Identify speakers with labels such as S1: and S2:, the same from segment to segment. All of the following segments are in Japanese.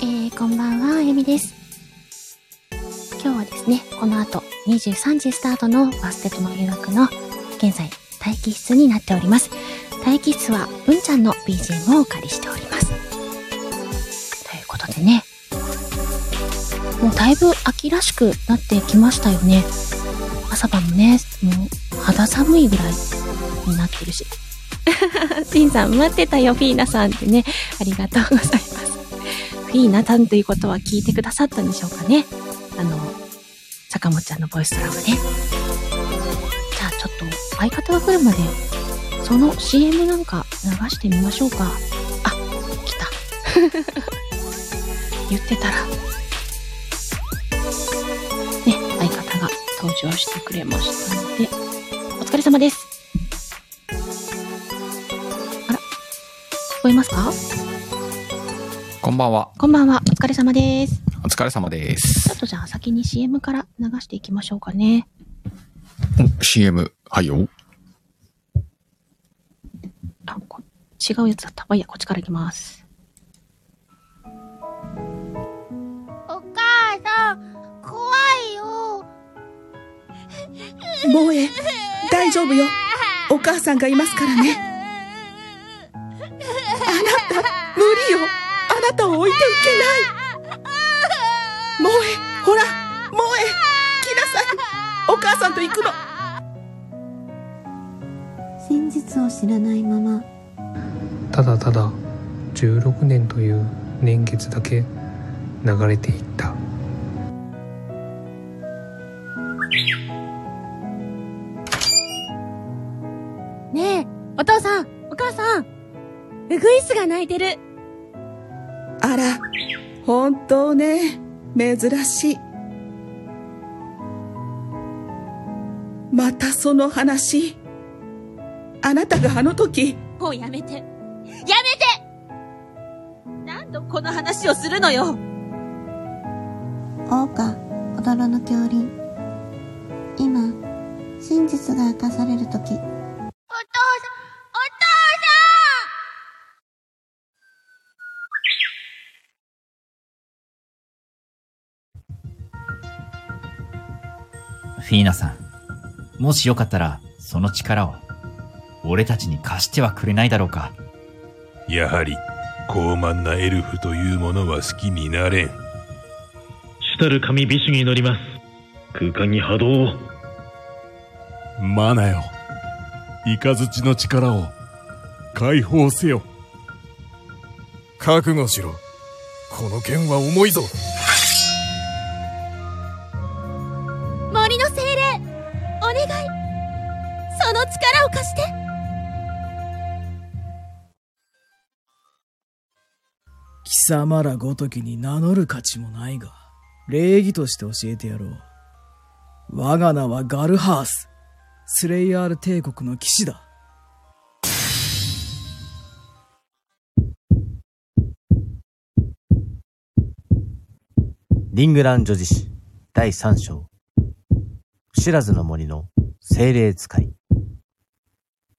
S1: えー、こんばんは、あゆみです。今日はですね、この後23時スタートのバステとの誘惑の現在待機室になっております。待機室はうんちゃんの BGM をお借りしております。ということでね、もうだいぶ秋らしくなってきましたよね。朝晩もね、もう肌寒いぐらいになってる し。ピンさん待ってたよ、フィーナさんってね、ありがとうございます。フィーナさんということは聞いてくださったんでしょうかね。あの、坂本ちゃんのボイスドラマね。じゃあちょっと相方が来るまで、その CM なんか流してみましょうか。あ、来た。 言ってたら。ね、相方が登場してくれましたので、お疲れ様です。あら、聞こえますか
S2: こんばんは。
S1: こんばんは、お疲れ様です。
S2: お疲れ様で
S1: ちょっ。
S2: す
S1: とじゃあ先に CM から流していきましょうかね。
S2: CM、はいよ。
S1: あ、こ違うやつだった。まあ、いいや、こっちからいきます。
S3: お母さん、怖いよ。
S4: 萌え、大丈夫よ。お母さんがいますからね。無理よ。あなたを置いていけない。萌え、ほら、萌え、来なさい。お母さんと行くの。
S5: 真実を知らないまま
S6: ただただ16年という年月だけ流れていった
S7: ねえ、お父さん、お母さん、ウグイスが鳴いてる。
S4: あら、本当ね、珍しい。またその話。あなたがあの時、
S7: もうやめて。やめて何度この話をするのよ
S5: 桜花踊ろの恐竜今真実が明かされる時
S3: お父さん、お父
S8: フィーナさん、もしよかったら、その力を、俺たちに貸してはくれないだろうか。
S9: やはり、高慢なエルフというものは好きになれん。
S10: 主たる神美酒に乗ります。空間に波動を。
S11: マナよ。イカズチの力を解放せよ。覚悟しろ。この剣は重いぞ。
S7: 森の精霊、お願い。その力を貸して。
S12: 貴様らごときに名乗る価値もないが、礼儀として教えてやろう。我が名はガルハース。スレイヤール帝国の騎士だ。
S13: リングラン女子史第3章。不知らずの森の精霊使い。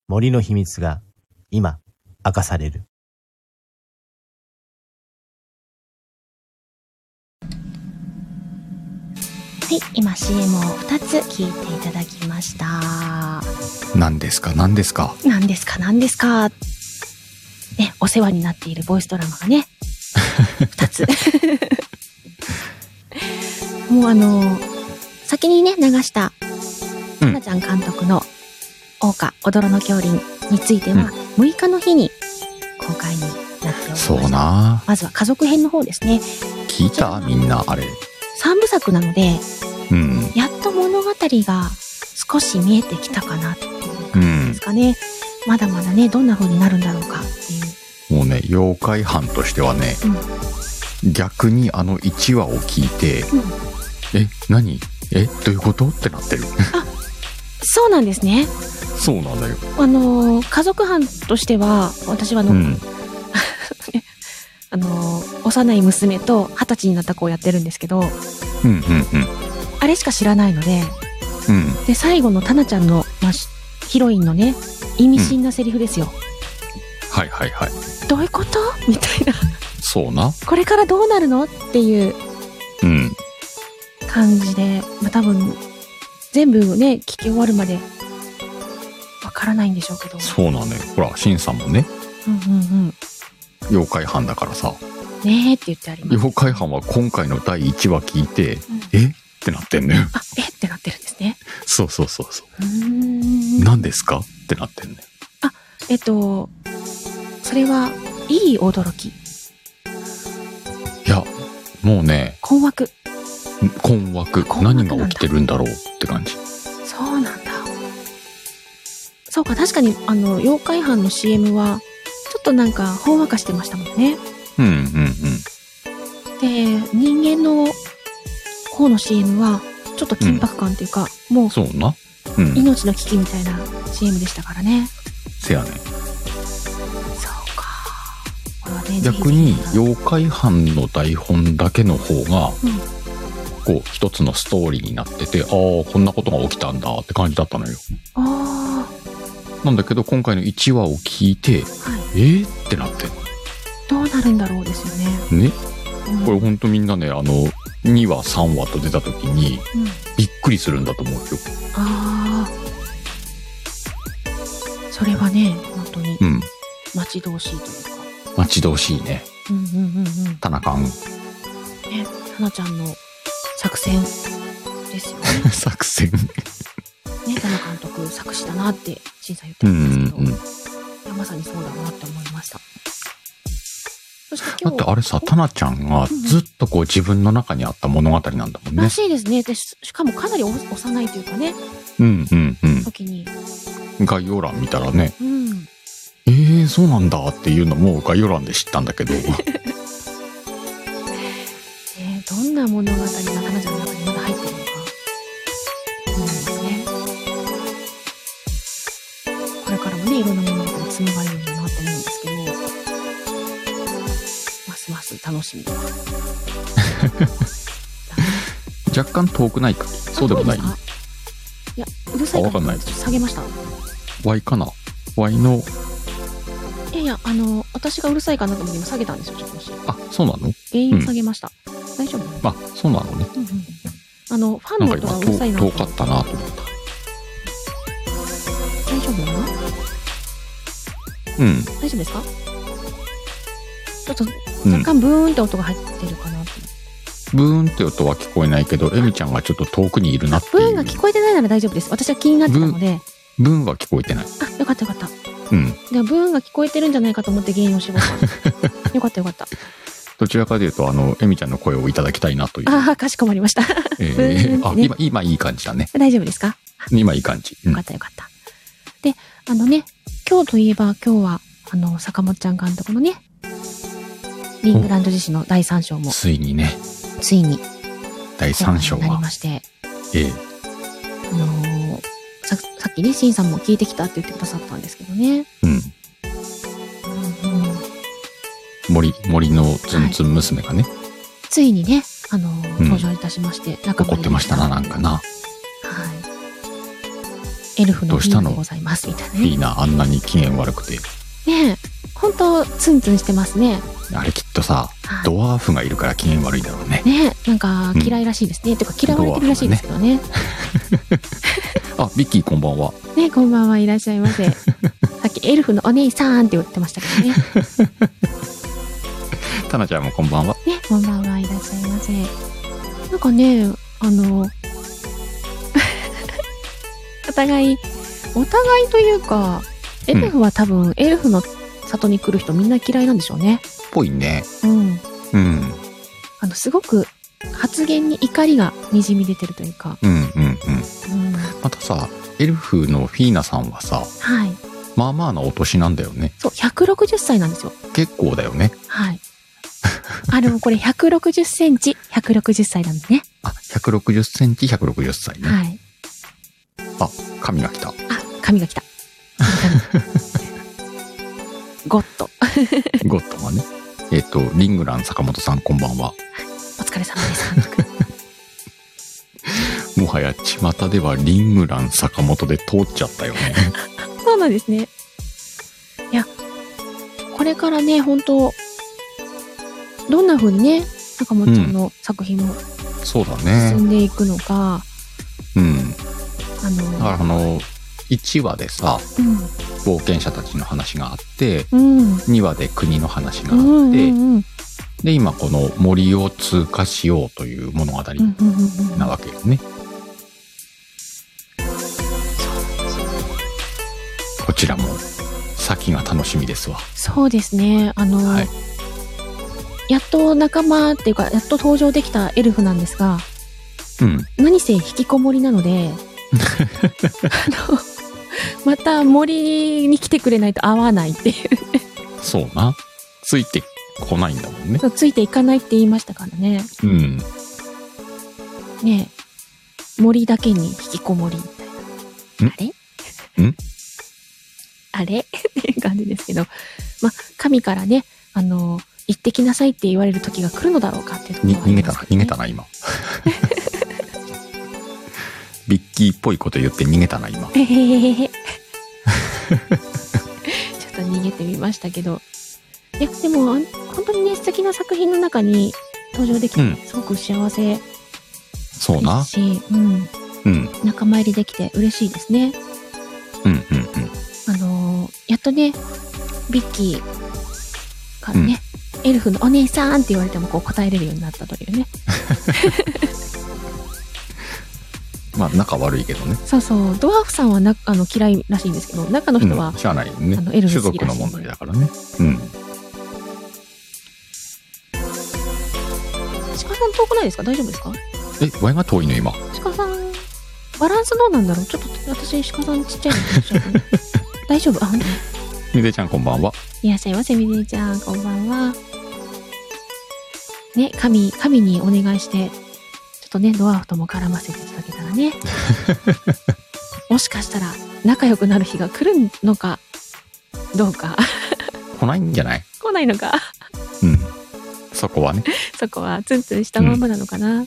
S13: 森の秘密が今明かされる。
S1: はい、今 CM を2つ聞いていただきました。
S2: 何ですか何ですか
S1: 何ですか何ですかね、お世話になっているボイスドラマがね、2つ。 もうあの先にね、流した、
S2: う
S1: か
S2: ん
S1: なちゃん監督の、桜花、踊ろの恐竜については、6日の日に公開になっております。
S2: そうな
S1: まずは家族編の方ですね。
S2: 聞いたみんな、あれ。
S1: 3部作なので、
S2: うん。
S1: やっと物語が少し見えてきたかなっていう
S2: う
S1: 感じで
S2: ん
S1: す。かね。まだまだね、どんな風になるんだろうかっていう。
S2: もうね、妖怪班としてはね、逆にあの1話を聞いて、
S1: うん
S2: え、何え、どういうことってなってる。
S1: そうなんですね。
S2: そうなんだよ。
S1: あのー家族班としては、私はあの、
S2: うん。
S1: あのー幼い娘と二十歳になった子をやってるんですけど、
S2: うん、うん、
S1: あれしか知らないので、
S2: うん。うん。
S1: で、最後のタナちゃんの、まあ、しヒロインのね、意味深なセリフですよ。
S2: はいはいはい。
S1: どういうことみたいな。
S2: そうな
S1: これからどうなるのっていう
S2: うん
S1: 感じで、まあ、多分全部をね聞き終わるまでわからないんでしょうけど
S2: そうなのよほらシンさんもね
S1: うんうんうん
S2: 妖怪班だからさ
S1: ねえって言ってあります
S2: 妖怪班は今回の第1話聞いて、えってなってんのよ
S1: あえってなってるんですね
S2: そうそうそうそう
S1: うーん
S2: 何ですかってなってんのよ
S1: えっとそれはいい驚き
S2: いやもうね
S1: 困惑
S2: 困惑何が起きてるんだろうって感じ
S1: そうなんだそうか確かにあの妖怪班の CM はちょっとなんかほんわかしてましたもんね
S2: うんうんうん
S1: で人間の方の CM はちょっと緊迫感っていうか、もう
S2: そうなうん
S1: 命の危機みたいな CM でしたからね
S2: せやね
S1: これはね
S2: 逆に妖怪班の台本だけの方が
S1: うん
S2: こう一つのストーリーになっててああこんなことが起きたんだって感じだったのよ
S1: ああ
S2: なんだけど今回の1話を聞いて、えー、ってなって
S1: どうなるんだろうですよね
S2: ね
S1: うん
S2: これほんとみんなねあの2話3話と出た時に
S1: うん
S2: びっくりするんだと思うよ
S1: ああそれはね本当に
S2: うん
S1: 待ち遠しいというか
S2: 待ち遠しいね
S1: うんうんうんうん
S2: 田中ん
S1: ねはなちゃんの作戦ですよね
S2: 作戦
S1: ね田中監督作詞だなって新さん言って
S2: う
S1: ま
S2: んうん
S1: すいやまさにそうだなって思いましたそして
S2: だ
S1: 今
S2: っ
S1: 日
S2: てあれさタナちゃんがずっとこう自分の中にあった物語なんだもんね
S1: らしいですねでししかもかなりお幼いというかね
S2: うんうんう
S1: 時に
S2: ん概要欄見たらね
S1: うん
S2: えー、そうなんだっていうのも概要欄で知ったんだ けど
S1: ねどんな物語がかなちゃんの中にまだ入ってるのか思いますねこれからもねいろんな物語が紡がれるんだなと思うんですけどますます楽しみだな
S2: 若干遠くないかそうでもない
S1: あいやうるさい
S2: あわかんない
S1: ちょっと下げました
S2: ワイかなワイの
S1: いやいやあの私がうるさいかなと思って今下げたんですよちょっと私
S2: あそうなの
S1: 原因を
S2: うん
S1: 下げました、大丈夫
S2: あそうなのね
S1: あのファ
S2: な
S1: ン
S2: ん
S1: の
S2: か
S1: 音がう
S2: 今
S1: るさいな
S2: 遠
S1: と
S2: 遠
S1: 思って
S2: かったなと思った
S1: 大丈夫なの
S2: うん
S1: 大丈夫ですかちょっと若干ブーンって音が入ってるかなと、
S2: ブーンって音は聞こえないけどエミちゃんがちょっと遠くにいるなって
S1: ブーンが聞こえてないなら大丈夫です私は気になってたので
S2: ブーンは聞こえてない
S1: あよかったよかった
S2: うん
S1: でもブーンが聞こえてるんじゃないかと思って原因を絞った よかったよかった
S2: どちらかというとあのエミちゃんの声をいただきたいなという
S1: ああかしこまりました、
S2: え
S1: ブーンっ
S2: ー、あ
S1: てね
S2: 今今いい感じだね
S1: 大丈夫ですか
S2: 今いい感じ、うん
S1: よかったよかった。で、あのね、今日といえば今日は、あの、坂本ちゃん監督のね、リングランド自身の第3章も
S2: ついにね
S1: ついに
S2: 第3章
S1: になり
S2: は
S1: まして、
S2: ええ
S1: あのーささっきね、シンさんも聞いてきたって言ってくださったんですけどね。
S2: うん
S1: うんうん
S2: 森森のツンツン娘がね、
S1: ついにね、あのー
S2: うん
S1: 登場いたしまして、中
S2: 怒ってましたななんかな
S1: エルフ
S2: ど
S1: の
S2: うした
S1: ン
S2: の
S1: でございますみたいなね。
S2: いいなあんなに機嫌悪くて
S1: ねえ、ほんと、ツンツンしてますね。
S2: あれきっとさドワーフがいるから機嫌悪いだろうね
S1: ねえ、なんか嫌いらしいですね。てか嫌われてるらしいですけどね。
S2: あビッキーこんばんは
S1: ね、こんばんはいらっしゃいま せ。さっきエルフのお姉さんって言ってましたけどね。
S2: タナちゃんもこんばんは
S1: ね、こんばんはいらっしゃいませ。なんかね、あの、 お互い、お互いというか、エルフは多分、エルフの里に来る人みんな嫌いなんでしょうね。
S2: ぽいね
S1: うん。
S2: うん
S1: あの、すごく発言に怒りが滲み出てるというか。
S2: うんうんうん
S1: うん。
S2: またさエルフのフィーナさんはさ
S1: はい。
S2: まあまあなお年なんだよね
S1: そう、160歳なんですよ。
S2: 結構だよね
S1: はい。あ、でもこれ160センチ、160歳なんでね。
S2: 160センチ160歳ね、
S1: はい。
S2: あ髪が来た
S1: 髪が来た。 ゴッド。
S2: ゴッドがねえっ、とリングラン坂本さんこんばんは
S1: お疲れ様 です。
S2: もはや巷ではリングラン坂本で通っちゃったよね
S1: そうなんですね。いや、これからね、本当どんな風にね坂本ちゃんの作品も
S2: そうだ
S1: 進ん
S2: ね
S1: でいくのか、
S2: うん
S1: あ
S2: だから
S1: の
S2: あの1話でさ
S1: うん
S2: 冒険者たちの話があって、
S1: うん
S2: 2話で国の話が
S1: う
S2: あって、
S1: んうんうんうん
S2: で今この森を通過しようという物語
S1: うんうんうん
S2: なわけよね、こちらも先が楽しみですわ
S1: そうですねあの、やっと仲間っていうかやっと登場できたエルフなんですが
S2: うん
S1: 何せ引きこもりなの であのまた森に来てくれないと会わないってい
S2: そうなついてこないんだもんね
S1: う ついていかないって言いましたからね
S2: うん
S1: ねえ森だけに引きこもりみたいなあれ
S2: ん
S1: あれっていう感じですけど、まあ、神からね、あの、行ってきなさいって言われる時が来るのだろうかっていうとこ
S2: に
S1: ろはあ
S2: 逃
S1: り
S2: げ
S1: ま
S2: た
S1: す
S2: な逃げたな 今ビッキーっぽいこと言って逃げたな今
S1: えへへへへ ちょっと逃げてみましたけど。いや、でも、あん本当にね、素敵な作品の中に登場できて、
S2: うん
S1: すごく幸せで
S2: そうな
S1: すし、うん、
S2: うんうん
S1: 仲間入りできて嬉しいですね。
S2: うんうん
S1: あのーやっとね、ビッキーからね、エルフのお姉さんって言われてもこう答えれるようになったというね。
S2: まあ仲悪いけどね
S1: そうそう、ドワーフさんはなあの嫌いらしいんですけど、中の人は、
S2: うん、しゃあないよね
S1: あのエル
S2: 種
S1: フ好き
S2: 族
S1: ら
S2: の
S1: しい
S2: 問題だからねうん
S1: 鹿さん遠くないですか大丈夫ですか
S2: えワイが遠いの今
S1: 鹿さんバランスどうなんだろうちょっと私鹿さんちっちゃいのかもしれない 大丈夫あ本当に
S2: みでちゃんこんばんはい
S1: らっしゃいませみねちゃんこんばんはね神神にお願いしてちょっとねドワーフとも絡ませていただけたら ねもしかしたら仲良くなる日が来るのかどうか
S2: 来ないんじゃない
S1: 来ないのか
S2: うんそこはね
S1: そこはツンツンしたまんまなのかな、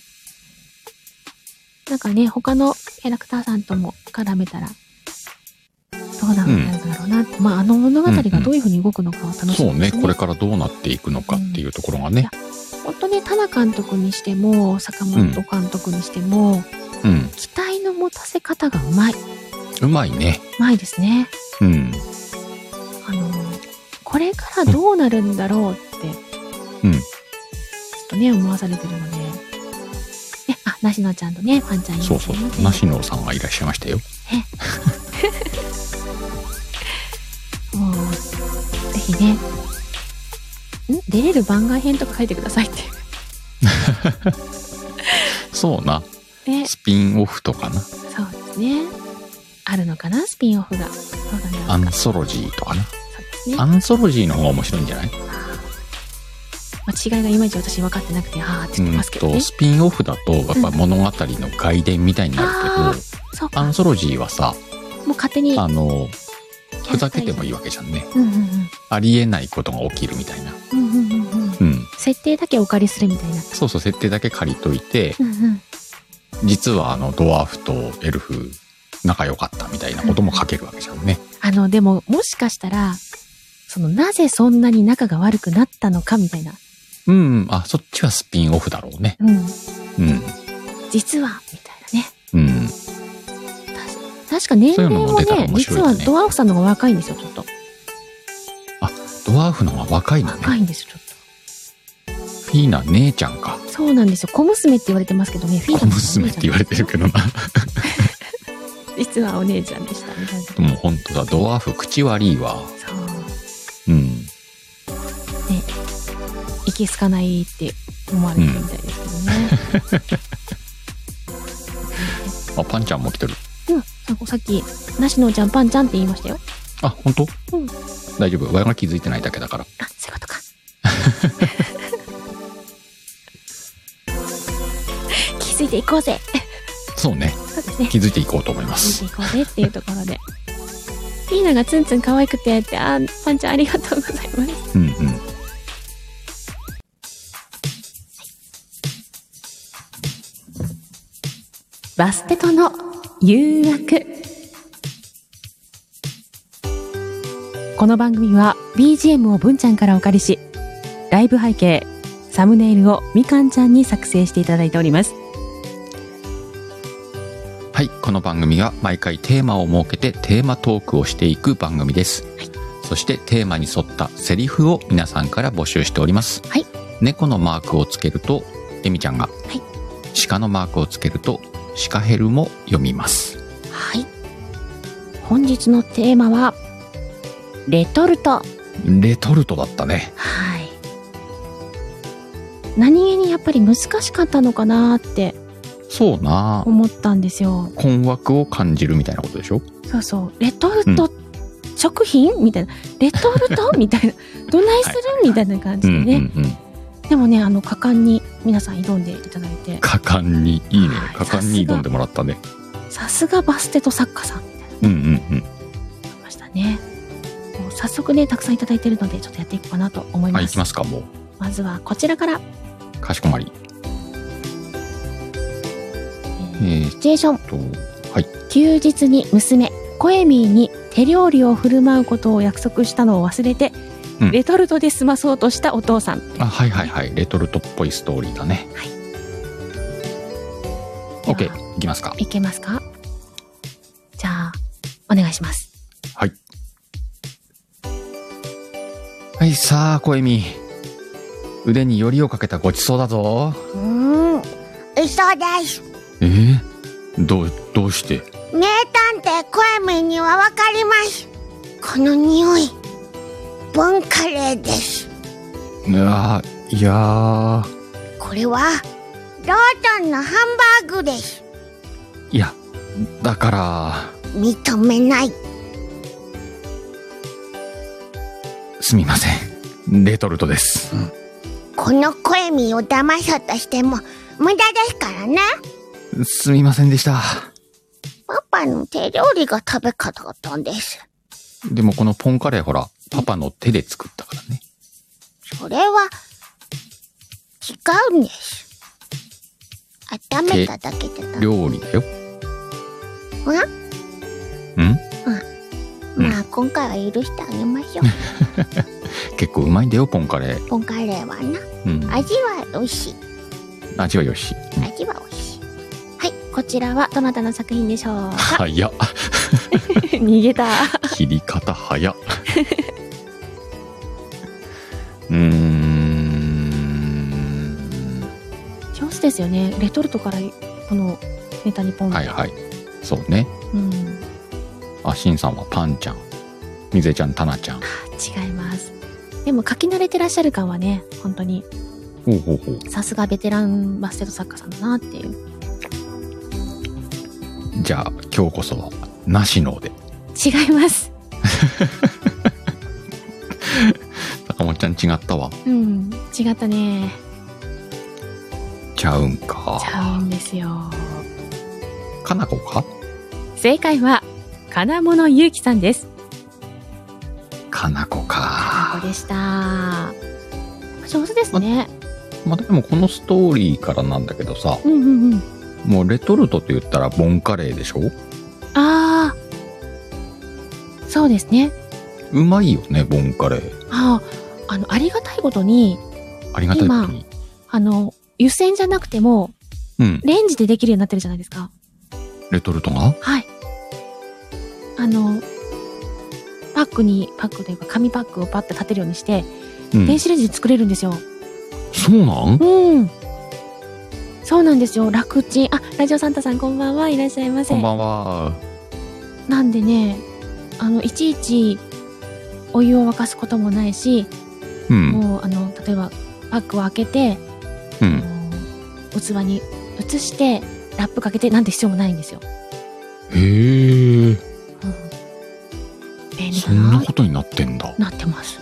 S1: なんかね他のキャラクターさんとも絡めたらどうなるんだろうなって、まああの物語がどういうふうに動くのかは楽し
S2: そ
S1: み
S2: う
S1: で
S2: ね
S1: すね,、
S2: これからどうなっていくのかっていうところがね
S1: 本当ね田名監督にしても坂本監督にしても、
S2: うん
S1: 期待の持たせ方がうまいう
S2: まいね
S1: うまいですね
S2: うん
S1: あのこれからどうなるんだろうって
S2: うん
S1: ちょっとね思わされてるので、ね、あなしのちゃんとねパンちゃんいます
S2: そ
S1: ね
S2: うそうなしのさんがいらっしゃいましたよ
S1: もう、ぜひね、ん出れる番外編とか書いてくださいっていう。
S2: そうな
S1: ね、
S2: スピンオフとかな
S1: そうですね。あるのかなスピンオフが。そうだね。
S2: アンソロジーとかな
S1: ね
S2: アンソロジーの方が面白いんじゃない
S1: まあ、違いがいまいち私分かってなくて、あーって
S2: う
S1: 言って
S2: ん
S1: ますけどね。
S2: とスピンオフだとやっぱ物語の外伝みたいになるけ
S1: そう
S2: ど、アンソロジーはさ
S1: もう勝手に。
S2: あのふざけてもいいわけじゃんね
S1: うんうんうん。
S2: ありえないことが起きるみたいな
S1: うんうんうんうん。
S2: うん
S1: 設定だけお借りするみたいな。
S2: そうそう設定だけ借りといて
S1: うんうん。
S2: 実はあのドワーフとエルフ仲良かったみたいなことも書けるわけじゃんね
S1: あの、でも、もしかしたら、その、なぜそんなに仲が悪くなったのかみたいな。
S2: うん、うん、あそっちはスピンオフだろうね
S1: うん。
S2: うん
S1: 実は、みたいなね。
S2: うん
S1: 確か年
S2: そういう
S1: 齢
S2: のも
S1: も
S2: 出たら
S1: ね、
S2: 面白い
S1: 実
S2: よね
S1: はドワーフさんの方が若いんですよ、ちょっと。
S2: ドワーフの方が若いのね
S1: 若いんですよ、ちょっと。
S2: フィーナ姉ちゃんか
S1: そうなんですよ。小娘って言われてますけどね、フィー
S2: 小
S1: ダ
S2: 娘って言われてるけどな
S1: 実はお姉ちゃんでしたみたいな。
S2: もう本当だドワーフ口悪いわ
S1: そう。
S2: うん
S1: ね。いけすかないって思われてるみたいですけどね。
S2: あパンちゃんも来てる
S1: うん。なんかさっき、なしのちゃんパンちゃんって言いましたよ。
S2: あ本当
S1: うん。
S2: 大丈夫我が気づいてないだけだから
S1: あ、そういうこと か。気づいていこうぜ。
S2: そうね
S1: そうですね。
S2: 気づいていこうと思いま
S1: 見
S2: す
S1: ていこうねっていうところで。ピーナがツンツン可愛くてって、あー、パンちゃんありがとうございます。
S2: うんうん
S1: バステとの誘惑この番組は BGM を文ちゃんからお借りしライブ背景サムネイルをみかんちゃんに作成していただいております。
S2: はい、この番組は毎回テーマを設けてテーマトークをしていく番組です。そしてテーマに沿ったセリフを皆さんから募集しております。
S1: はい
S2: 猫のマークをつけると、エミちゃんが。鹿のマークをつけると、鹿ヘルも読みます。
S1: はい。本日のテーマは、レトルト。
S2: レトルトだったね。
S1: はい。何気にやっぱり難しかったのかなって
S2: そうな
S1: 思ったんですよ。
S2: 困惑を感じるみたいなことでしょ
S1: そうそう。レトルト、食品みたいな。レトルトみた いな。どないする、みたいな感じでね。
S2: うんうん。
S1: でもね、あの、果敢に皆さん挑んでいただいて、
S2: 果敢に、いいね。果敢に挑んでもらったね。
S1: さすがバステと作家さん
S2: うんうんうん。
S1: だね。もう早速ね、たくさんいただいてるので、ちょっとやっていこうかなと思いま
S2: はい、
S1: す。
S2: 行きますか、もう。
S1: まずはこちらから、
S2: かしこまり。え
S1: シチュエーション。
S2: ー、はい。
S1: 休日に娘コエミーに手料理を振る舞うことを約束したのを忘れて、
S2: うん
S1: レトルトで済まそうとしたお父さん
S2: あ、はいはいはい。レトルトっぽいストーリーだね。はい。オッケー、いきますか。
S1: いけますかじゃあお願いします
S2: はい。はい、さあ、小エミ。腕によりをかけたごちそうだぞ。
S3: うーん、嘘です。
S2: えー、どう、どうして
S3: 名探偵コエミにはわかります。この匂い、ボンカレーです。
S2: あいやー、
S3: これは、ローソンのハンバーグです。
S2: いや、だから、
S3: 認めない。
S2: すみません。レトルトです。
S3: このコエミを騙そうとしても、無駄ですからね。
S2: すみませんでした。
S3: パパの手料理が食べ方だったんです。
S2: でもこのポンカレーほら、パパの手で作ったから。
S3: それは、違うんです。温めただけでだ。
S2: 料理だよ。
S3: うん
S2: んうん
S3: まあ、今回は許してあげましょ う。
S2: 結構うまいんだよ、ポンカレー。
S3: ポンカレーはな。
S2: うん。
S3: 味は美味しい。
S2: 味はよし。
S3: 味は美味しい。
S1: はいこちらはどなたの作品でしょう
S2: 早っ。
S1: 逃げた
S2: 切り方早 っ。うーん。
S1: 上手ですよねレトルトからこのネタにポンって、
S2: はいはい。そうね。
S1: うん
S2: あ、しんさんはパンちゃん。みずえちゃん、たなちゃん。
S1: 違いますでも書き慣れてらっしゃる感はね本当に
S2: ほうほうほう。
S1: さすがベテランバステット作家さんだなっていう
S2: じゃあ、今日こそは、なしので。
S1: 違います
S2: 坂本ちゃん違ったわ。
S1: うん違ったね
S2: ちゃうんか
S1: ち。ゃうんですよ
S2: かなこか
S1: 正解は金物ゆうきさんです
S2: かなこか。
S1: ここでした上手ですね、
S2: まあ、でもこのストーリーからなんだけどさ、
S1: うんうんうん
S2: もうレトルトって言ったらボンカレーでしょ
S1: ああそうですね
S2: うまいよね、ボンカレー。
S1: あああのありがたいことに
S2: ありがたいことに。
S1: 今あの湯煎じゃなくても
S2: うん。
S1: レンジでできるようになってるじゃないですか
S2: レトルトが
S1: はいあのパックにパックというか紙パックをパッて立てるようにして、
S2: うん
S1: 電子レンジで作れるんですよ
S2: そうなん
S1: うん。そうなんですよ。楽ちん。あ、ラジオサンタさんこんばんは。いらっしゃいませ。
S2: こんばんは。
S1: なんでね、あの、いちいちお湯を沸かすこともないし、
S2: うん。
S1: もう、あの、例えば、パックを開けて、
S2: うん。
S1: 器に移して、ラップかけてなんて必要もないんですよ。
S2: へえ。
S1: 便利
S2: そ
S1: だ
S2: んな
S1: な。
S2: ことになってんだ。
S1: なってます。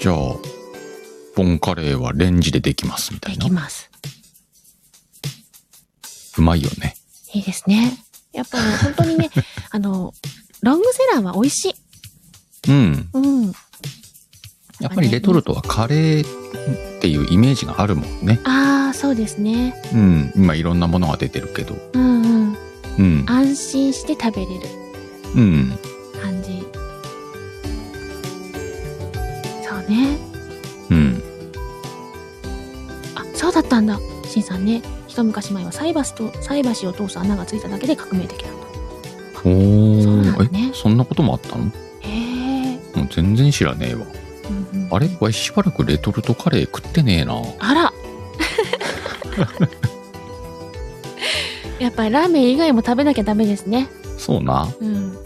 S2: じゃあ、ボンカレーはレンジでできますみた
S1: で
S2: いな
S1: き。ます。
S2: うまいよね。
S1: いいですね。やっぱ ね、本当にね、あの、ロングセラーは美味しい。
S2: うん。
S1: うん。
S2: やっぱりレトルトはカレーっていうイメージがあるもんね。
S1: ああ、そうですね。
S2: うん。今いろんなものが出てるけど。
S1: うんうん。
S2: うん。
S1: 安心して食べれる。
S2: うん。
S1: 感じそうね
S2: うん。
S1: ったんだ。シンさんね、一昔前は菜箸と、菜箸を通す穴がついただけで革命的だった。
S2: おー
S1: なんだね
S2: えそんなこともあったの
S1: へえ。
S2: もう全然知らねえわ
S1: うんうん
S2: あれわいしばらくレトルトカレー食ってねえな
S1: あら やっぱりラーメン以外も食べなきゃダメですね。
S2: そうな
S1: うん。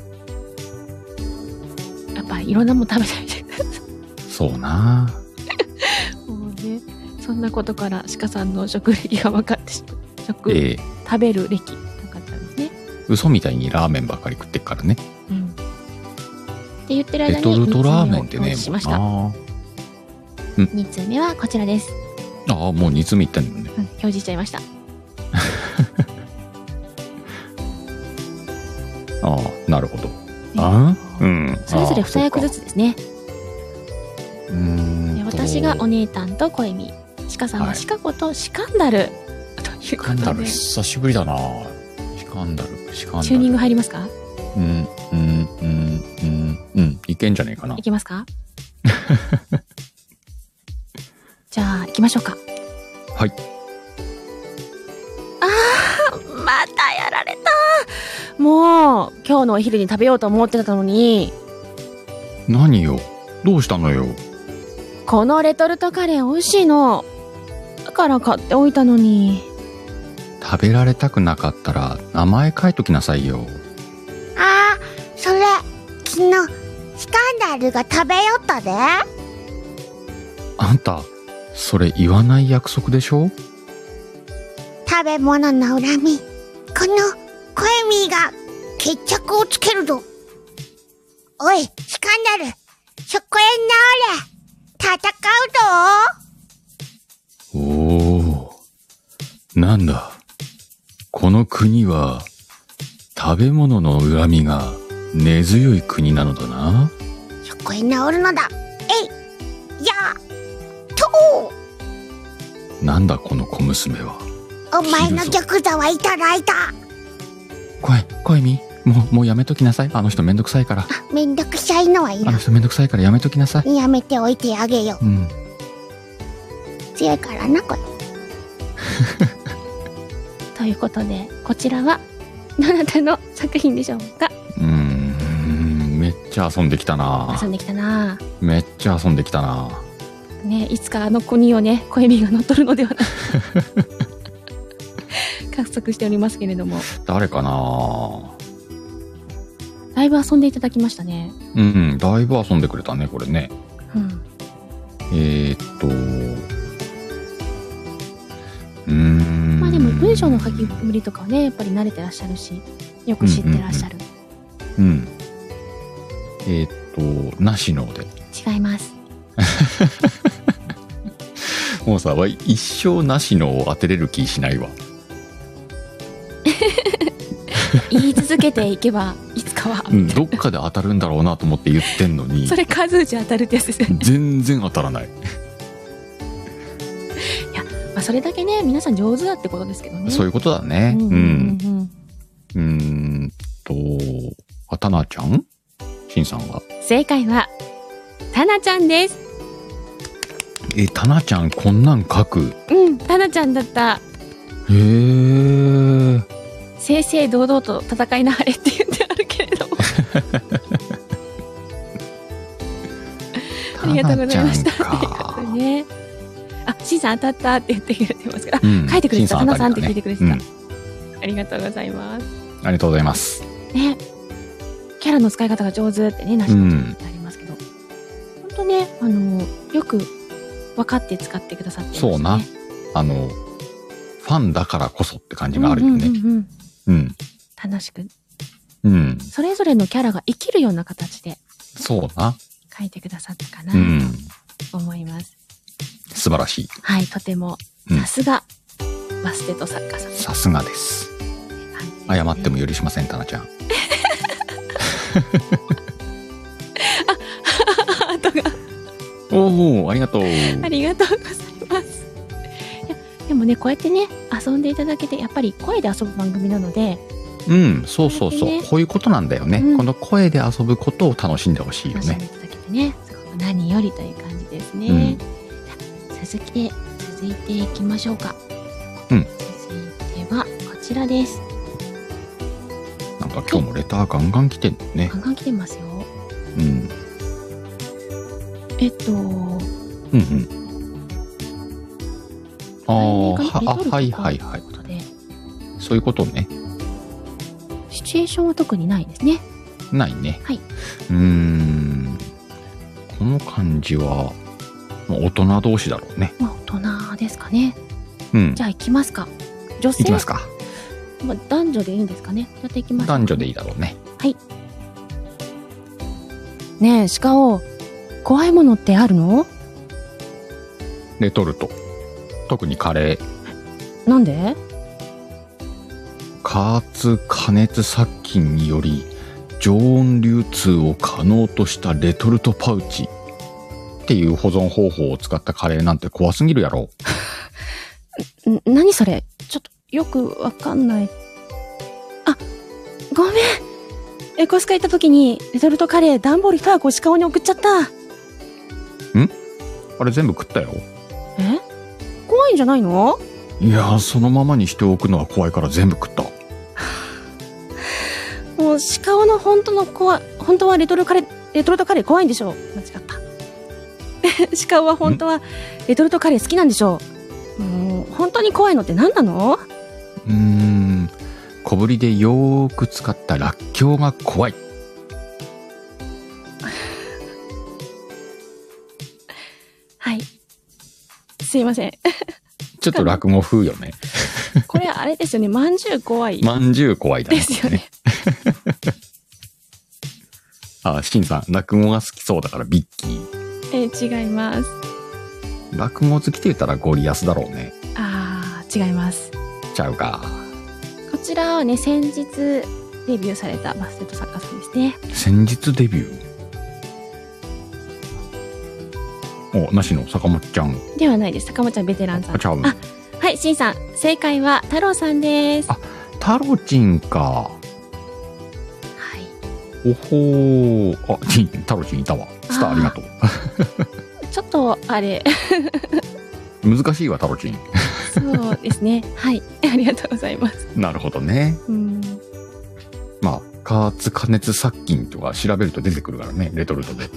S1: やっぱいろんなもん食べたいじゃない
S2: そうな
S1: もうね、そんなことから鹿さんの食歴が分かってしまう。食、
S2: ええ
S1: 食べる歴分かったんですね。
S2: 嘘みたいにラーメンばっかり食ってっからね
S1: って言ってる間に
S2: レトルトラーメンって
S1: 二通目を
S2: ねえもん
S1: 用意しました。
S2: な
S1: 2通目はこちらです。
S2: ああもう煮詰みいったんだね
S1: うん、表示しちゃいました。
S2: ああなるほどああうん
S1: それぞれ2役ず
S2: つ
S1: つですね。
S2: うー
S1: で
S2: んと
S1: 私がお姉たんと恋み、鹿さんはシカ子とシカンダル。シ
S2: カンダル久しぶりだなシカンダルシカン
S1: チュー
S2: ダ
S1: ニ
S2: ル
S1: ング入りますか
S2: うんうんうんうんうんいけんじゃねえかない
S1: きます かじゃあ行きましょうか。
S2: はい
S1: あーまたやられたもう今日のお昼に食べようと思ってたのに
S2: 何よどうしたのよ
S1: このレトルトカレー美味しいのだから買っておいたのに
S2: 食べられたくなかったら名前書いときなさいよ
S3: あーそれ昨日スカンダルが食べよったで
S2: あんたそれ言わない約束でしょ
S3: 食べ物の恨みこのコエミーが決着をつけるぞおいスカンダルそこへ直れ戦う
S2: お
S3: ぞ
S2: おなんだこの国は食べ物の恨みが根強い国なのだな
S3: そこへ直るのだえいやと
S2: なんだこの小娘は
S3: お前の玉座はいただいた
S2: 声声みもうもうやめときなさいあの人めんどくさいから
S3: めんどくさいのはい
S2: あ
S3: ら
S2: の人めんどくさいからやめときなさい
S3: んやめておいてあげよ
S2: うん
S3: う強いからなこれ
S1: ということでこちらはどなたの作品でしょうか
S2: うーんめっちゃ遊んできたな
S1: 遊んできたな
S2: めっちゃ遊んできたな
S1: ねいつかあの子にをね小指が乗っ取るのではない獲得しておりますけれども
S2: 誰かな
S1: だいぶ遊んでいただきましたね
S2: うんだいぶ遊んでくれたねこれね
S1: うん
S2: えー、っとうーん
S1: まあでも文章の書きぶりとかはねやっぱり慣れてらっしゃるしよく知ってらっしゃる、
S2: うんえー、っとなしので
S1: 違います
S2: もうさわい一生なしのを当てれる気しないわ
S1: 言い続けていけばいつかは、
S2: うんどっかで当たるんだろうなと思って言ってんのに
S1: それ数打ち当たるってやつですよね、
S2: 全然当たらない
S1: まあ、それだけね皆さん上手だってことですけどね
S2: そういうことだね
S1: うんうんうんうん
S2: うーんとあたなちゃんしんさんは
S1: 正解はタナちゃんです
S2: えたなちゃんこんなん書く
S1: うんタナちゃんだった
S2: へえ
S1: 正々堂々と戦いなはれって言ってあるけれどもありがとうございました
S2: タナちゃんか
S1: ねあしんさん当たったって言ってくれてますけど、あ
S2: うん
S1: 書いてくれてた
S2: し
S1: タ
S2: んさん
S1: ナ
S2: 当
S1: さ
S2: た
S1: ん
S2: り
S1: って
S2: だね
S1: 聞いてくれてた、
S2: うん
S1: ありがとうございます
S2: ありがとうございます
S1: ねキャラの使い方が上手ってねなし
S2: う
S1: の
S2: ん
S1: ありますけど、ほんとねあのよく分かって使ってくださって
S2: そうなあのファンだからこそって感じがあるよね
S1: うんうんうんうん
S2: うん
S1: 楽しく
S2: うん
S1: それぞれのキャラが生きるような形で
S2: そうな
S1: 書いてくださったかな
S2: うん
S1: と思います、
S2: 素晴らしい
S1: はいとても
S2: うん
S1: さすがバステと作家さん
S2: さすがです謝っ ても許しませんタナちゃん
S1: ハートが
S2: おおありがとう
S1: ありがとうございますいやでもねこうやってね遊んでいただけてやっぱり声で遊ぶ番組なので
S2: うんそうそうそう、こういうことなんだよね、
S1: うん
S2: この声で遊ぶことを楽しんでほしいよ
S1: 楽しんで
S2: ね
S1: いただけてねすごく何よりという感じですね、
S2: うん
S1: じゃあ続きで続続いていきましょうか。
S2: うん。
S1: では、こちらです。
S2: なんか今日もレターガンガン来てんのね
S1: ガ。ンガン来てますよ。
S2: うん。
S1: えっと、
S2: うんうん。
S1: 題名が
S2: ああ、は
S1: レトルト
S2: あはいはいはい。
S1: ことで、
S2: そういうことね。
S1: シチュエーションは特にないですね。
S2: ないね。
S1: はい。
S2: うーん。この感じは、まあ大人同士だろうね。
S1: まあ、大人ですかね。
S2: うん
S1: じ。ゃあ、行きますか。女性。
S2: いきますか。
S1: まあ、男女でいいんですかね。やっていきましょう。
S2: 男女でいいだろうね。
S1: はい。ねえ、鹿を怖いものってあるの
S2: レトルト。特にカレー。
S1: なんで
S2: 加圧加熱殺菌により常温流通を可能としたレトルトパウチっていう保存方法を使ったカレーなんて怖すぎるやろ。
S1: ん何それちょっとよくわかんない。あ、ごめん。エコスカ行った時に、レトルトカレー、段ボール一箱鹿に送っちゃった。
S2: んあれ全部食ったよ。
S1: え怖いんじゃないの
S2: いやーそのままにしておくのは怖いから全部食った。
S1: もう鹿尾の本当の怖い、本当はレトルカレー、レトルトカレー怖いんでしょ間違った。 鹿尾は本当はレトルトカレー好きなんでしょもう本当に怖いのって何なの
S2: うーん小ぶりでよーく使ったらっきょうが怖い。
S1: はい。すいません。
S2: ちょっと落語風よね。
S1: これあれですよね。まんじゅう怖い。
S2: まんじゅう怖いだね。
S1: ですよね。
S2: あ、しんさん、落語が好きそうだからビッキー。
S1: えー違います。
S2: 落語好きって言ったらゴリアスだろうね。
S1: あー、違います。
S2: ちゃうか。
S1: こちらはね、先日デビューされたバスケット作家さんですね。
S2: 先日デビュー。お、なしの坂本ちゃん。
S1: ではないです。坂本ちゃんベテランさん。
S2: あちゃう
S1: あ、はい、しんさん。正解は太郎さんです。
S2: タロチンか。はい。おほー。あ、チン、タロチンいたわ。スターありがとう。
S1: ちょっと、あれ、
S2: 難しいわ、タロチン。
S1: そうですね。はい。 ありがとうございます。
S2: なるほどね。
S1: うん。
S2: まあ、加圧加熱殺菌とか調べると出てくるからね、レトルトで。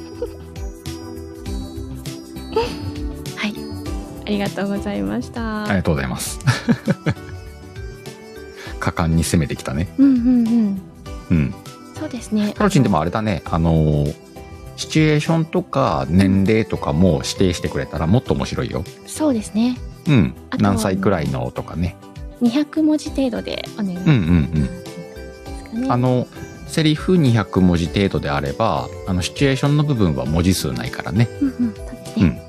S1: はい。ありがとうございました。
S2: ありがとうございます。 果敢に攻めてきたね。
S1: うんうんうん。
S2: うん。
S1: そうですね。
S2: タロチンでもあれだね、あのーシチュエーションとか年齢とかも指定してくれたらもっと面白いよ。
S1: そうですね。
S2: うん
S1: あ。とは
S2: 何歳くらいのとかね。
S1: 200文字程度でお願いし
S2: うんう
S1: ま
S2: ん
S1: すか
S2: う
S1: ね。
S2: ん。あの、セリフ200文字程度であれば、あの、シチュエーションの部分は文字数ないからね。
S1: うんうん。
S2: うん。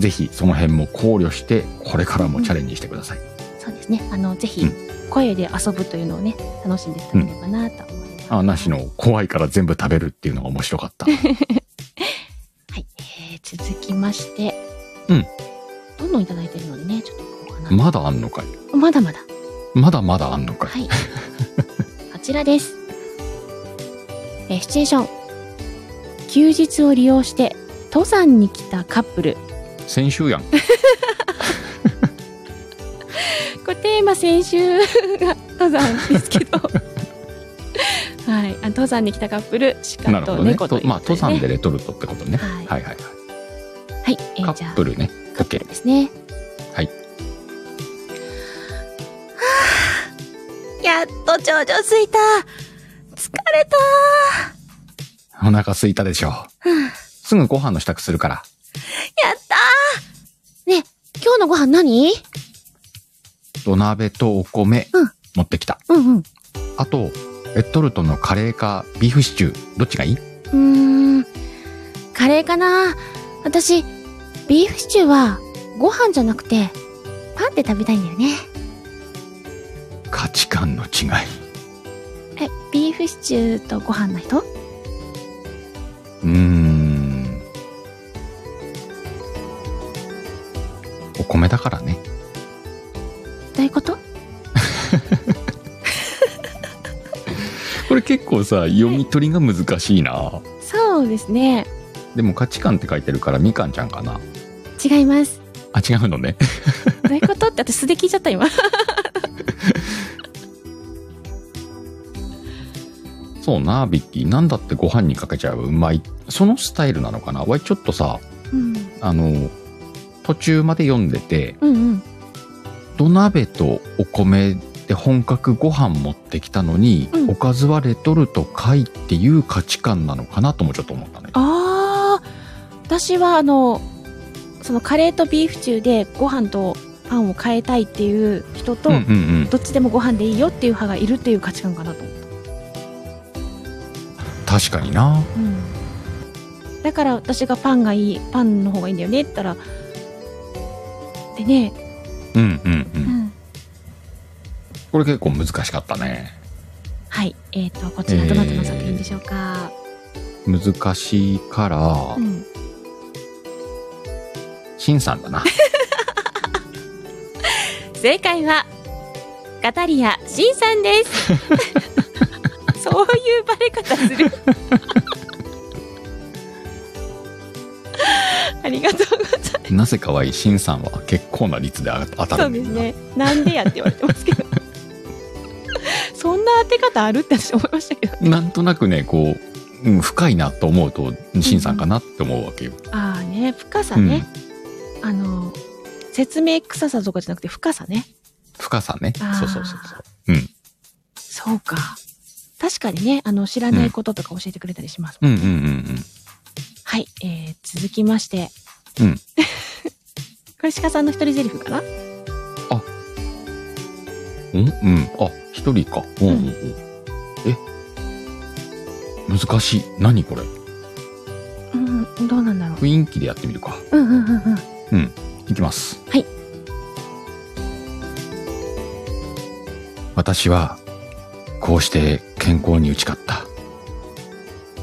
S2: ぜひ、その辺も考慮して、これからもチャレンジしてください。
S1: そうですね。あの、ぜひ、声で遊ぶというのをね、楽しんでいただければなと。
S2: あ、なしの、怖いから全部食べるっていうのが面白 かった。
S1: えー続きまして、
S2: うん。
S1: どんどんいただいてるのでね、ちょっ
S2: まだあんのかい
S1: と、まだまだ。
S2: まだまだあんのかい
S1: はい。こちらです。えーシチュエーション。休日を利用して、登山に来たカップル。
S2: 先 週やん。
S1: これテーマ先週が登山ですけど。はい。あ登山に来たカップル、鹿
S2: なるほ
S1: と
S2: どね。
S1: 猫
S2: と
S1: という
S2: まあ、
S1: こと
S2: 登山で
S1: ね。
S2: レトルトってことね。はいはいはい。
S1: はい。えーじゃ
S2: カップルね。オッケー
S1: あですね。
S2: はい。
S7: やっと頂上着いた疲れた
S2: お腹空いたでしょう。
S7: や
S2: すぐご飯の支度するから。
S7: った
S1: ねえ今日のご飯何
S2: 土鍋とお米、持ってきた。
S1: うんうん。う
S2: あと、レトルトのカレーかビーフシチュー、どっちがいい
S1: ーん。カレーかな私、ビーフシチューは、ご飯じゃなくて、パンで食べたいんだよね。
S2: 価値観の違い。
S1: え、ビーフシチューとご飯の人
S2: うーん。お米だからね。
S1: どういうこと
S2: これ結構さ、読み取りが難しいな。
S1: そうですね。
S2: でも価値観って書いてるからみかんちゃんかな。
S1: 違います。
S2: あ、違うのね。
S1: どういうことって私素で聞いちゃった今
S2: そうな、ビッキー。なんだってご飯にかけちゃうまい。そのスタイルなのかなわい、ちょっとさ、
S1: うん
S2: あの、途中まで読んでて、
S1: うんうん
S2: 土鍋とお米で本格ご飯持ってきたのに、おかずはレトルトかいっていう価値観なのかなともちょっと思ったね。
S1: ああ私はあのそのカレーとビーフシチューでご飯とパンを変えたいっていう人と、
S2: うんうんうん
S1: どっちでもご飯でいいよっていう派がいるっていう価値観かなと思った、
S2: 確かにな。
S1: だから私がパンがいいパンの方がいいんだよねって言ったらでね
S2: うんうんうん。
S1: ん
S2: これ結構難しかったね。
S1: はいえっ、とこちらどなたの作品でしょうか、
S2: 難しいから、
S1: うん
S2: シンさんだな。
S1: 正解はガタリアシンさんです そういうバレ方するありがとうございます
S2: なぜかわいいシンさんは結構な率で当た
S1: そう
S2: る
S1: で
S2: ね。
S1: すねなんでやって言われてますけ どそんな当て方あるって私思いましたけど
S2: なんとなくね、こう、うん、深いなと思うと、シンさんかなって思うわけよ。
S1: ああね深さね、あの説明臭さとかじゃなくて深さね
S2: 深さね。
S1: あー
S2: そうそうそうそう。うん。
S1: そうか確かにねあの知らないこととか教えてくれたりします、
S2: うんうんうん
S1: はい、えー、続きまして
S2: うん。 うん。
S1: これ鹿さんの一人台詞かな
S2: うんうん。あ、一人か。うんうんうん。え難しい。何これ
S1: うんどうなんだろう
S2: 雰囲気でやってみるか。
S1: うんうんうんうん
S2: うん。いきます。
S1: はい。
S2: 私は、こうして健康に打ち勝った。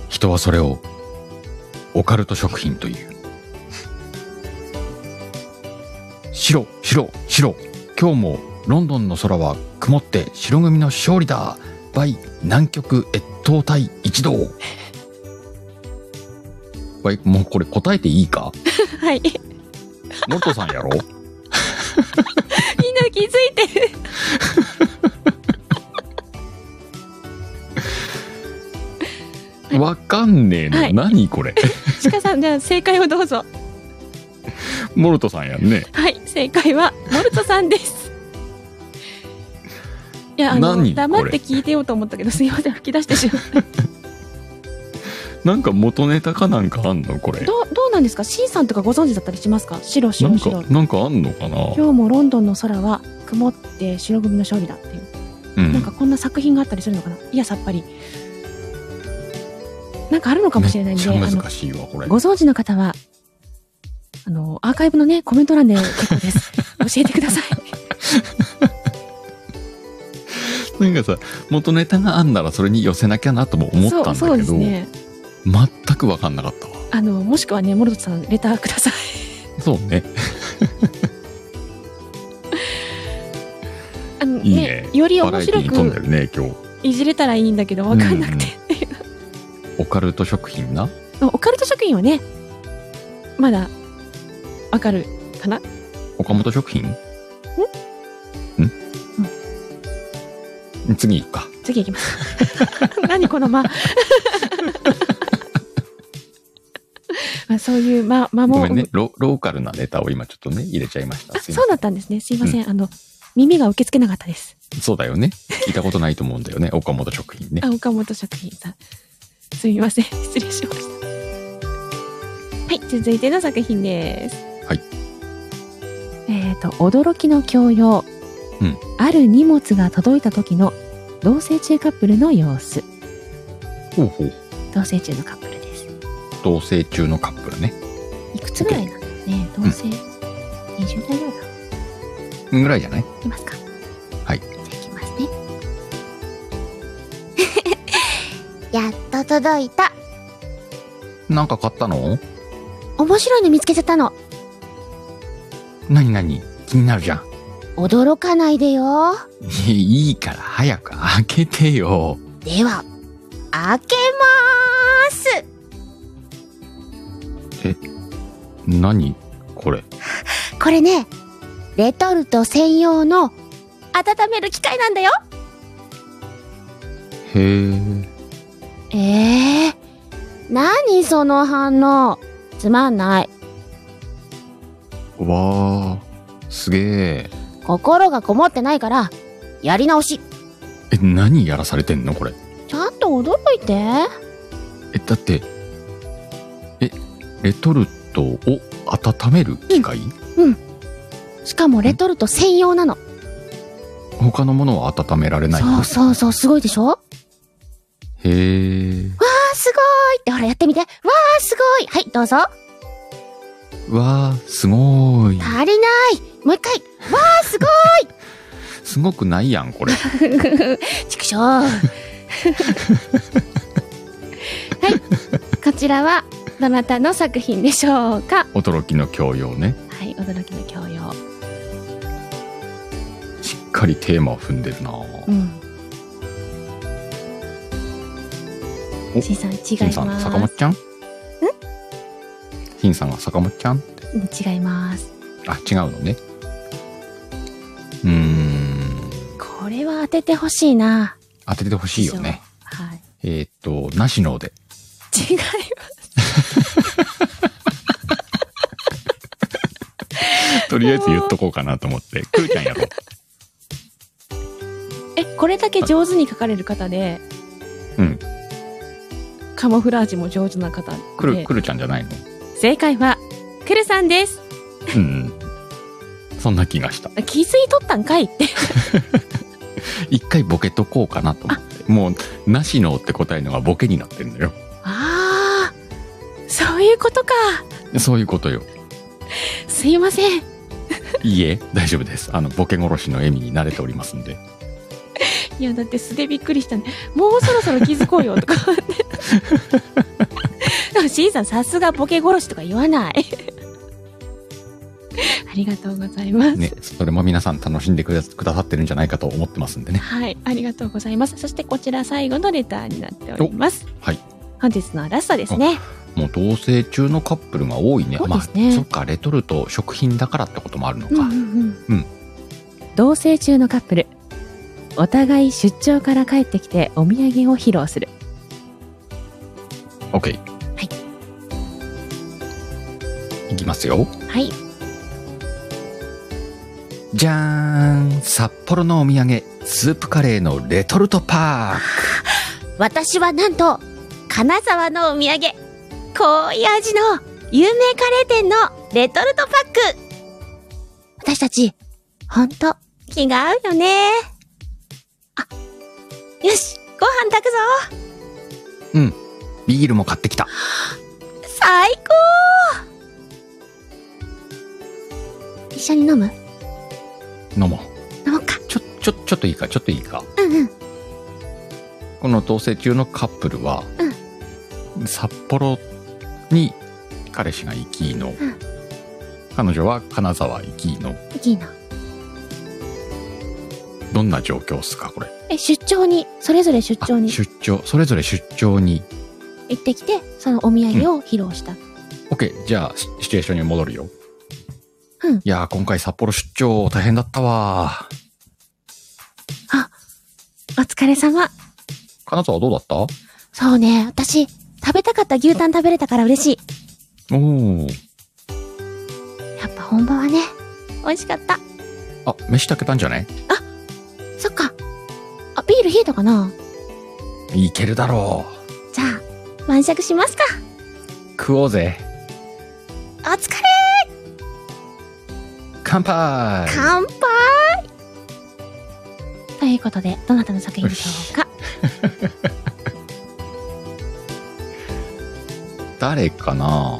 S2: 人はそれを、オカルト食品という。白、白、白。今日もロンドンの空は曇って白組の勝利だ。by 南極越冬隊一 同。わいもうこれ答えていいか
S1: はいみん
S2: ノットさんやろ
S1: な気づい てる
S2: わかんねえの、
S1: はい
S2: 何これ
S1: 鹿さんじゃあ正解をどうぞ
S2: モルトさんやんね
S1: はい、正解は、モルトさんです。いや、あの、
S2: 何
S1: 黙
S2: こ
S1: っ
S2: れ
S1: て聞いてようと思ったけど、すいません、吹き出してしまっ
S2: なんか元ネタかなんかあんのこれ
S1: た。どう、どうなんですか ?C さんとかご存知だったりしますか白、
S2: な
S1: 白、
S2: ん
S1: 白
S2: か。なんかあんのかな
S1: 今日もロンドンの空は曇って白組の勝利だっていう。
S2: うん
S1: なんかこんな作品があったりするのかないや、さっぱり。なんかあるのかもしれないんで、
S2: めっ
S1: あ
S2: ちゃ
S1: の
S2: 難しいわこれ
S1: ご存知の方は、あの、アーカイブのね、コメント欄で結構 です。教えてください。
S2: なんかさ元ネタがあんならそれに寄せなきゃなとも思ったん
S1: そうそう
S2: だけ
S1: です
S2: ど、
S1: ね。
S2: 全く分かんなかったわ
S1: あの、もしくはね、モルトさん、レターください。
S2: そうね
S1: あのね
S2: いいね
S1: より面白
S2: バラエティに富んで
S1: く
S2: るね今日
S1: いじれたらいいんだけど、わかんなくて。
S2: オカルト食品な
S1: オカルト職員はね、まだ、わかるかな
S2: 岡本食品んん次行くか
S1: 次行きます。 何この間。 まあ、そういう間間
S2: ご
S1: も、
S2: めんねロローカルなネタを今ちょっとね入れちゃいましたすいま
S1: そうだったんですね。すいません。あの、耳が受け付けなかったです。
S2: せんそうだよね聞いたことないと思うんだ よね岡本食品ね
S1: あ、岡本食品さん。すみません。失礼しました。はい、続いての作品です。
S2: はい。
S14: えっ、と、驚きの教養。
S2: うん
S14: ある荷物が届いた時の同棲中カップルの様子。
S2: ほうほう
S14: 同棲中のカップルです。
S2: 同棲中のカップルね
S14: いくつぐらいなんだろうね。同棲、20代ぐらいかな。
S2: ぐらいじゃない
S14: いますか
S2: はい
S3: やっと届いた。
S2: なんか買ったの
S3: 面白いの見つけちゃったの。
S2: なになに気になるじゃん
S3: 驚かないでよ。
S2: いいから早く開けてよ
S3: では、開けまーす。
S2: 何これ
S15: これね、レトルト専用の温める機械なんだよ。
S2: へえ。
S3: ええ何その反応。つまんない。
S2: わあ、すげえ。
S3: 心がこもってないから、やり直し。
S2: え、何やらされてんのこれ。
S3: ちゃんと驚いて。
S2: え、だって、え、レトルトを温める機械、
S3: うん。しかもレトルト専用なの。
S2: 他のものは温められない
S3: そうそうそう、すごいでしょわ
S2: へえ。
S3: ー、すごいってほらやってみて。わー、すごいはい、どうぞ。
S2: わあ、すごーい。
S3: 足りないもう一回わー、すご
S2: すごくないやん、 これ。
S3: いちくしょう。はい、こちらはどなたの作品でしょうか
S2: 驚きの教養ね。
S3: はい、驚きの教養。
S2: しっかりテーマを踏んでるな
S3: うん。
S2: お
S3: しんさん、違
S2: ヒン
S3: い
S2: さん、
S3: ます。
S2: 坂本ちゃんんヒンさんが坂本ちゃん
S3: うん違います。
S2: あ、違うのね。うーん、
S3: これは当ててほしいな。
S2: 当ててほしいよね。
S3: はい。
S2: えーっと、なしので。
S3: 違います。
S2: とりあえず言っとこうかなと思って。くーちゃんやろう。
S1: えこれだけ上手に描かれる方で
S2: うん。
S1: カモフラージュも上手な方
S2: くる、
S1: で
S2: くるちゃんじゃないの
S1: 正解はくるさんです
S2: うん。そんな気がした。
S1: 気づいとったんかいって
S2: 一回ボケとこうかなと思って。もう、なしのって答えのがボケになってんのよ。
S1: ああそういうことか
S2: そういうことよ。
S1: すいません
S2: いいえ、大丈夫です。あの、ボケ殺しの笑みに慣れておりますんで。
S1: いやだって素でびっくりしたねもうそろそろ気づこうよとか思ってでも C さんさすがボケ殺しとか言わないありがとうございます、
S2: ね、それも皆さん楽しんでくだくださってるんじゃないかと思ってますんでね。
S1: はいありがとうございますそしてこちら最後のレターになっております
S2: はい。
S1: 本日のラストですね
S2: もう同棲中のカップルが多いね。
S1: そうですね
S2: まあ、そっか、レトルト食品だからってこともあるのか。
S1: うんうんうん
S2: うん。
S1: 同棲中のカップルお互い出張から帰ってきてお土産を披露する
S2: OK。はい。いきますよ。
S3: はい。
S2: じゃーん札幌のお土産、スープカレーのレトルトパー
S15: 私はなんと、金沢のお土産、濃い味の有名カレー店のレトルトパック。私たち、ほんと、気が合うよね。あ、よし、ご飯炊くぞ。
S2: クうん。ビールも買ってきた。
S15: 最
S3: 一緒に飲む
S2: 飲もう。
S3: 飲もうか。
S2: ちょ、ちょ、ちょっといいか、ちょっといいか。
S3: うんうん。
S2: この同棲中のカップルは、札幌に彼氏が行きの、
S3: ん
S2: 彼女は金沢行きの、
S3: いいな。
S2: どんな状況っすか、これ。
S3: え、出張に、それぞれ出張に
S2: 出張、それぞれ出張に。
S3: 行ってきて、そのお土産を披露した。
S2: OK、じゃあ、シシチュエーションに戻るよ。
S3: うん
S2: いやー、今回札幌出張大変だったわー。
S3: お疲れ様。
S2: 金沢どうだった
S3: そうね、私、食べたかった牛タン食べれたから嬉しい。
S2: おー。
S3: やっぱ本場はね、美味しかった。
S2: あ、飯炊けたんじゃない
S3: そっか。あ、ビール冷えたかない
S2: けるだろ
S3: じゃあ、晩酌しますか。
S2: う。食おうぜ。
S15: お疲れ
S2: 乾杯
S15: 乾杯
S3: ということで、どなたの作品でしょうか。
S2: 誰かな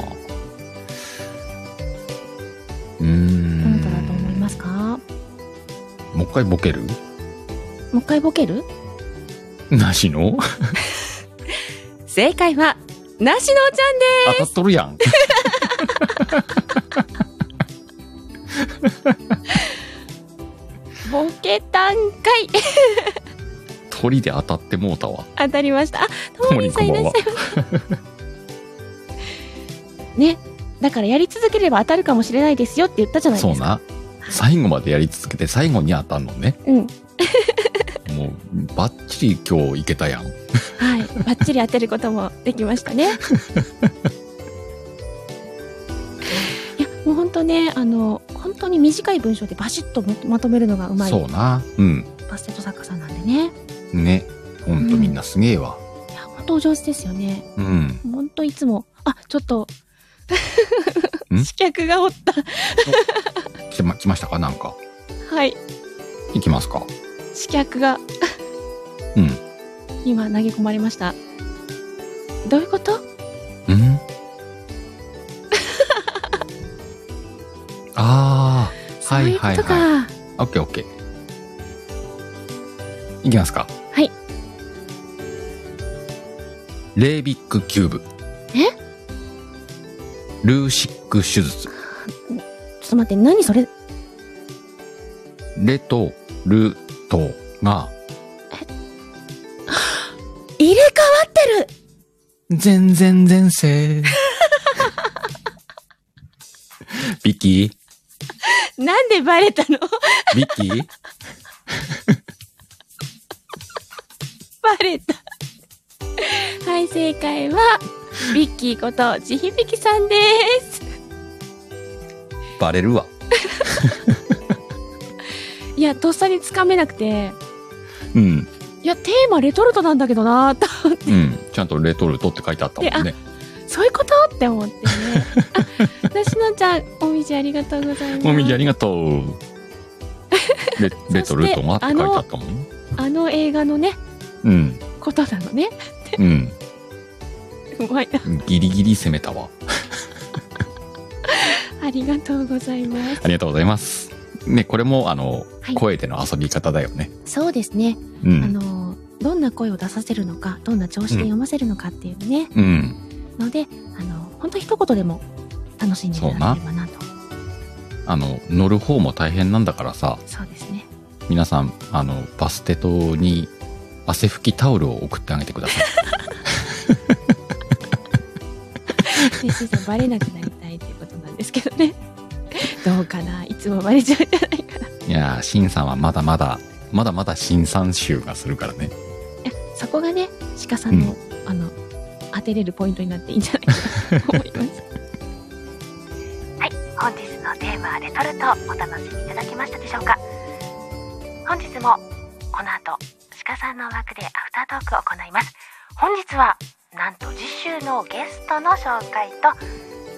S2: うー
S3: どなただ
S2: ん。
S3: と思いますか
S2: もう一回ボケる
S1: もう一回ボケる
S2: なしの
S1: 正解はなしのちゃんで
S2: 当たっとるやん。
S1: すボケたんかい
S2: 鳥で当たってもうたわ。
S1: 当たりましたあと
S2: と
S1: も
S2: も
S1: りん
S2: りん
S1: さん
S2: こん
S1: い
S2: ば
S1: らっ
S2: ん
S1: しゃ
S2: はい
S1: ますねだからやり続ければ当たるかもしれないですよって言ったじゃない
S2: そ
S1: で
S2: う
S1: すか。
S2: な。最後までやり続けて最後に当たんのね。
S1: うん。
S2: もう、バッチリ今日いけたやん。
S1: はい。バッチリ当てることもできました ね。いや、もう本当ね、あの、本当に短い文章でバシッとままとめるのがうまい。
S2: そうな。うん。
S1: バスケット作家さんなんでね。
S2: ね。ほんとみんなすげえわ。
S1: 本当お上手ですよね。
S2: うん。
S1: 本当いつも、あ、ちょっと、 刺客がおった。
S2: 来ま来ましたかなんか。
S1: はい。
S2: いきますか。
S1: 刺客が
S2: うん。
S1: 今投げ込まれました。どういうこと
S2: うん ああ、はいはい
S1: とか、
S2: はい。
S1: は
S2: オッケーオッケー。いきますか。
S1: い。
S2: レービックキューブ。
S1: え
S2: ルーシック手術。
S1: ちょっと待って、何それ
S2: レとルとが
S1: 入れ替わってる
S2: 全然前 世。ビッキ
S1: なんでバレたの
S2: ービッキー
S1: バレた。はい、正解は、ビッキーこと、地響きさんです。
S2: バレるわ。
S1: いや、とっさにつかめなくて、
S2: うん。
S1: いや、テーマレトルトなんだけどなと思って、
S2: うん。ちゃんとレトルトって書いてあったもんね
S1: で。そういうことって思ってね。あ、しのちゃん、おみじありがとうございます。
S2: もみじありがと う。レレトルトがって書いてあったもん。
S1: あの映画のね、
S2: うん。
S1: ことなのね。
S2: うん。
S1: うまいな。
S2: ギリギリ攻めたわ。
S1: ありがとうございます。
S2: ありがとうございます。ね、これも、あの、
S1: はい
S2: 声での遊び方だよね。
S1: そうですね。
S2: うん
S1: あの、どんな声を出させるのか、どんな調子で読ませるのかっていうね。
S2: うん。
S1: ので、あの、本当一言でも楽しんでいただ
S2: そう
S1: け
S2: な
S1: ればなと。
S2: あの、乗る方も大変なんだからさ、
S1: そうですね。
S2: 皆さん、あの、バステ島に汗拭きタオルを送ってあげてください。
S1: で、しーさんバレなくなりたいっていうことなんですけどね。 どうかな、いつもバレちゃうんじゃないかな。
S2: いやー、シンさんはまだまだ、まだまだ新参集がするからね。
S1: そこがね、鹿さんの、あの、当てれるポイントになっていいんじゃないかなと思い ます。
S3: はい、本日のテーマはレトルトお楽しみいただきましたでしょうか本日もこの後鹿さんの枠でアフタートークを行います本日はなんと次週のゲストの紹介と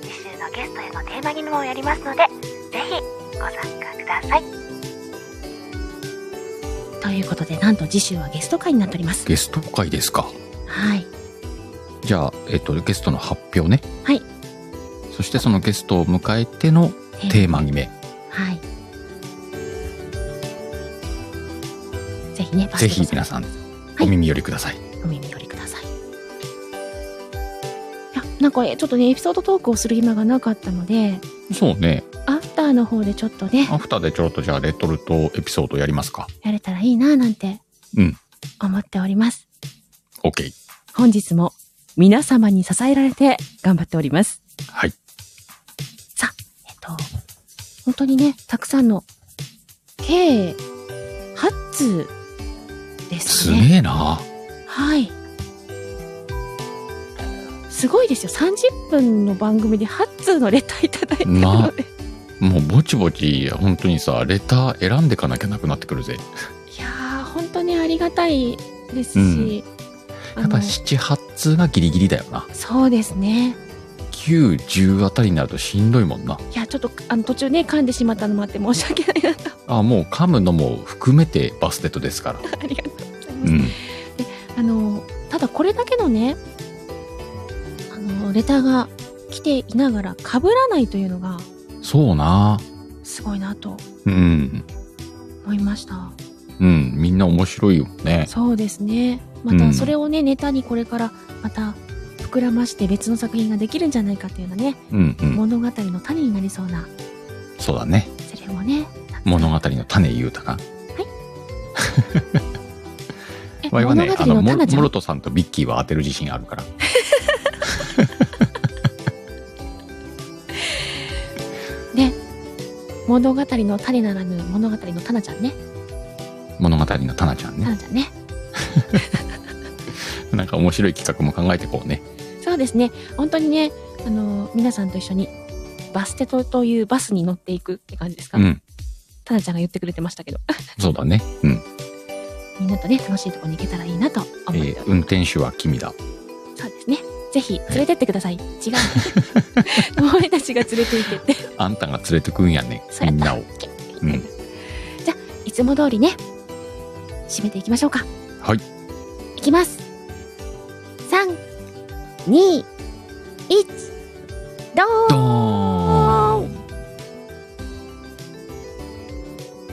S3: 次週のゲストへのテーマにもやりますのでぜひご参加ください
S1: ということで、なんと次週はゲスト会になっております。
S2: ゲスト会ですか。
S1: はい。
S2: じゃあ、えっと、ゲストの発表ね。
S1: はい。
S2: そしてそのゲストを迎えてのテーマ決め。
S1: はい。ぜひね、
S2: ぜひ皆さん、お耳寄りください。
S1: お耳寄りください。いや、なんかえちょっとね、エピソードトークをする暇がなかったので、
S2: そうね。
S1: アフターの方でちょっとね、
S2: アフターでちょろっとじゃあ、レトルトエピソードやりますか。
S1: やれたらいいななんて
S2: うん。
S1: 思っております。
S2: OK。
S1: 本日も皆様に支えられて頑張っております。
S2: はい。
S1: さあ、えっと、本当にね、たくさんの、計8通です
S2: す
S1: ね。
S2: げえな。
S1: はい。すごいですよ。30分の番組で8通のレターいただいてる
S2: な
S1: ので。、
S2: もうぼちぼち、本当にさ、レター選んでかなきゃなくなってくるぜ。
S1: いやー、本当にありがたいですし。
S2: やっぱ
S1: あの
S2: 7、8通がギリギリだよな。
S1: そうですね。
S2: 9、10あたりになるとしんどいもんな。
S1: いや、ちょっと、あの、途中ね、噛んでしまったのもあって申し訳ないなと。
S2: あ、もう噛むのも含めてバステットですから。
S1: ありがとうございます。
S2: うん。
S1: あの、ただこれだけのね、あの、レターが来ていながら被らないというのが
S2: そうな。
S1: すごいなと
S2: うん。
S1: 思いました。
S2: うん。みんな面白いよね。
S1: そうですね。ま
S2: う
S1: た
S2: ん
S1: それをね、ネタにこれからまた膨らまして別の作品ができるんじゃないかっていうようなね、
S2: うんうん。
S1: 物語の種になりそうな、
S2: そうだね。
S1: それもね、
S2: 物語の種ゆうた か。
S1: え
S2: わいはね、あ
S1: 物語の
S2: も
S1: 種じゃん
S2: もろとさんとビッキーは当てる自信あるから。
S3: 物語の種ならぬ物語のタナちゃんね。
S2: 物語のタナちゃん
S3: タ
S2: ね。
S3: ナちゃんね。
S2: なんか面白い企画も考えてこうね。
S3: そうですね。本当にね、あの、皆さんと一緒にバステトというバスに乗っていくって感じですか。
S2: うん。
S3: タナちゃんが言ってくれてましたけど、
S2: そうだね。うん。
S3: みんなとね、楽しいとこに行けたらいいなと。
S2: えー運転手は君だ。
S3: そうですね。ぜひ連れてってく ださい。違う。お前たちが連れて行ってって。
S2: あんたが連れてくんやね。
S3: そう
S2: み
S3: や
S2: んなを。うん。
S3: じゃあ、いつも通りね、締めていきましょうか。
S2: はい。
S16: いきます。3、2、1、ドーン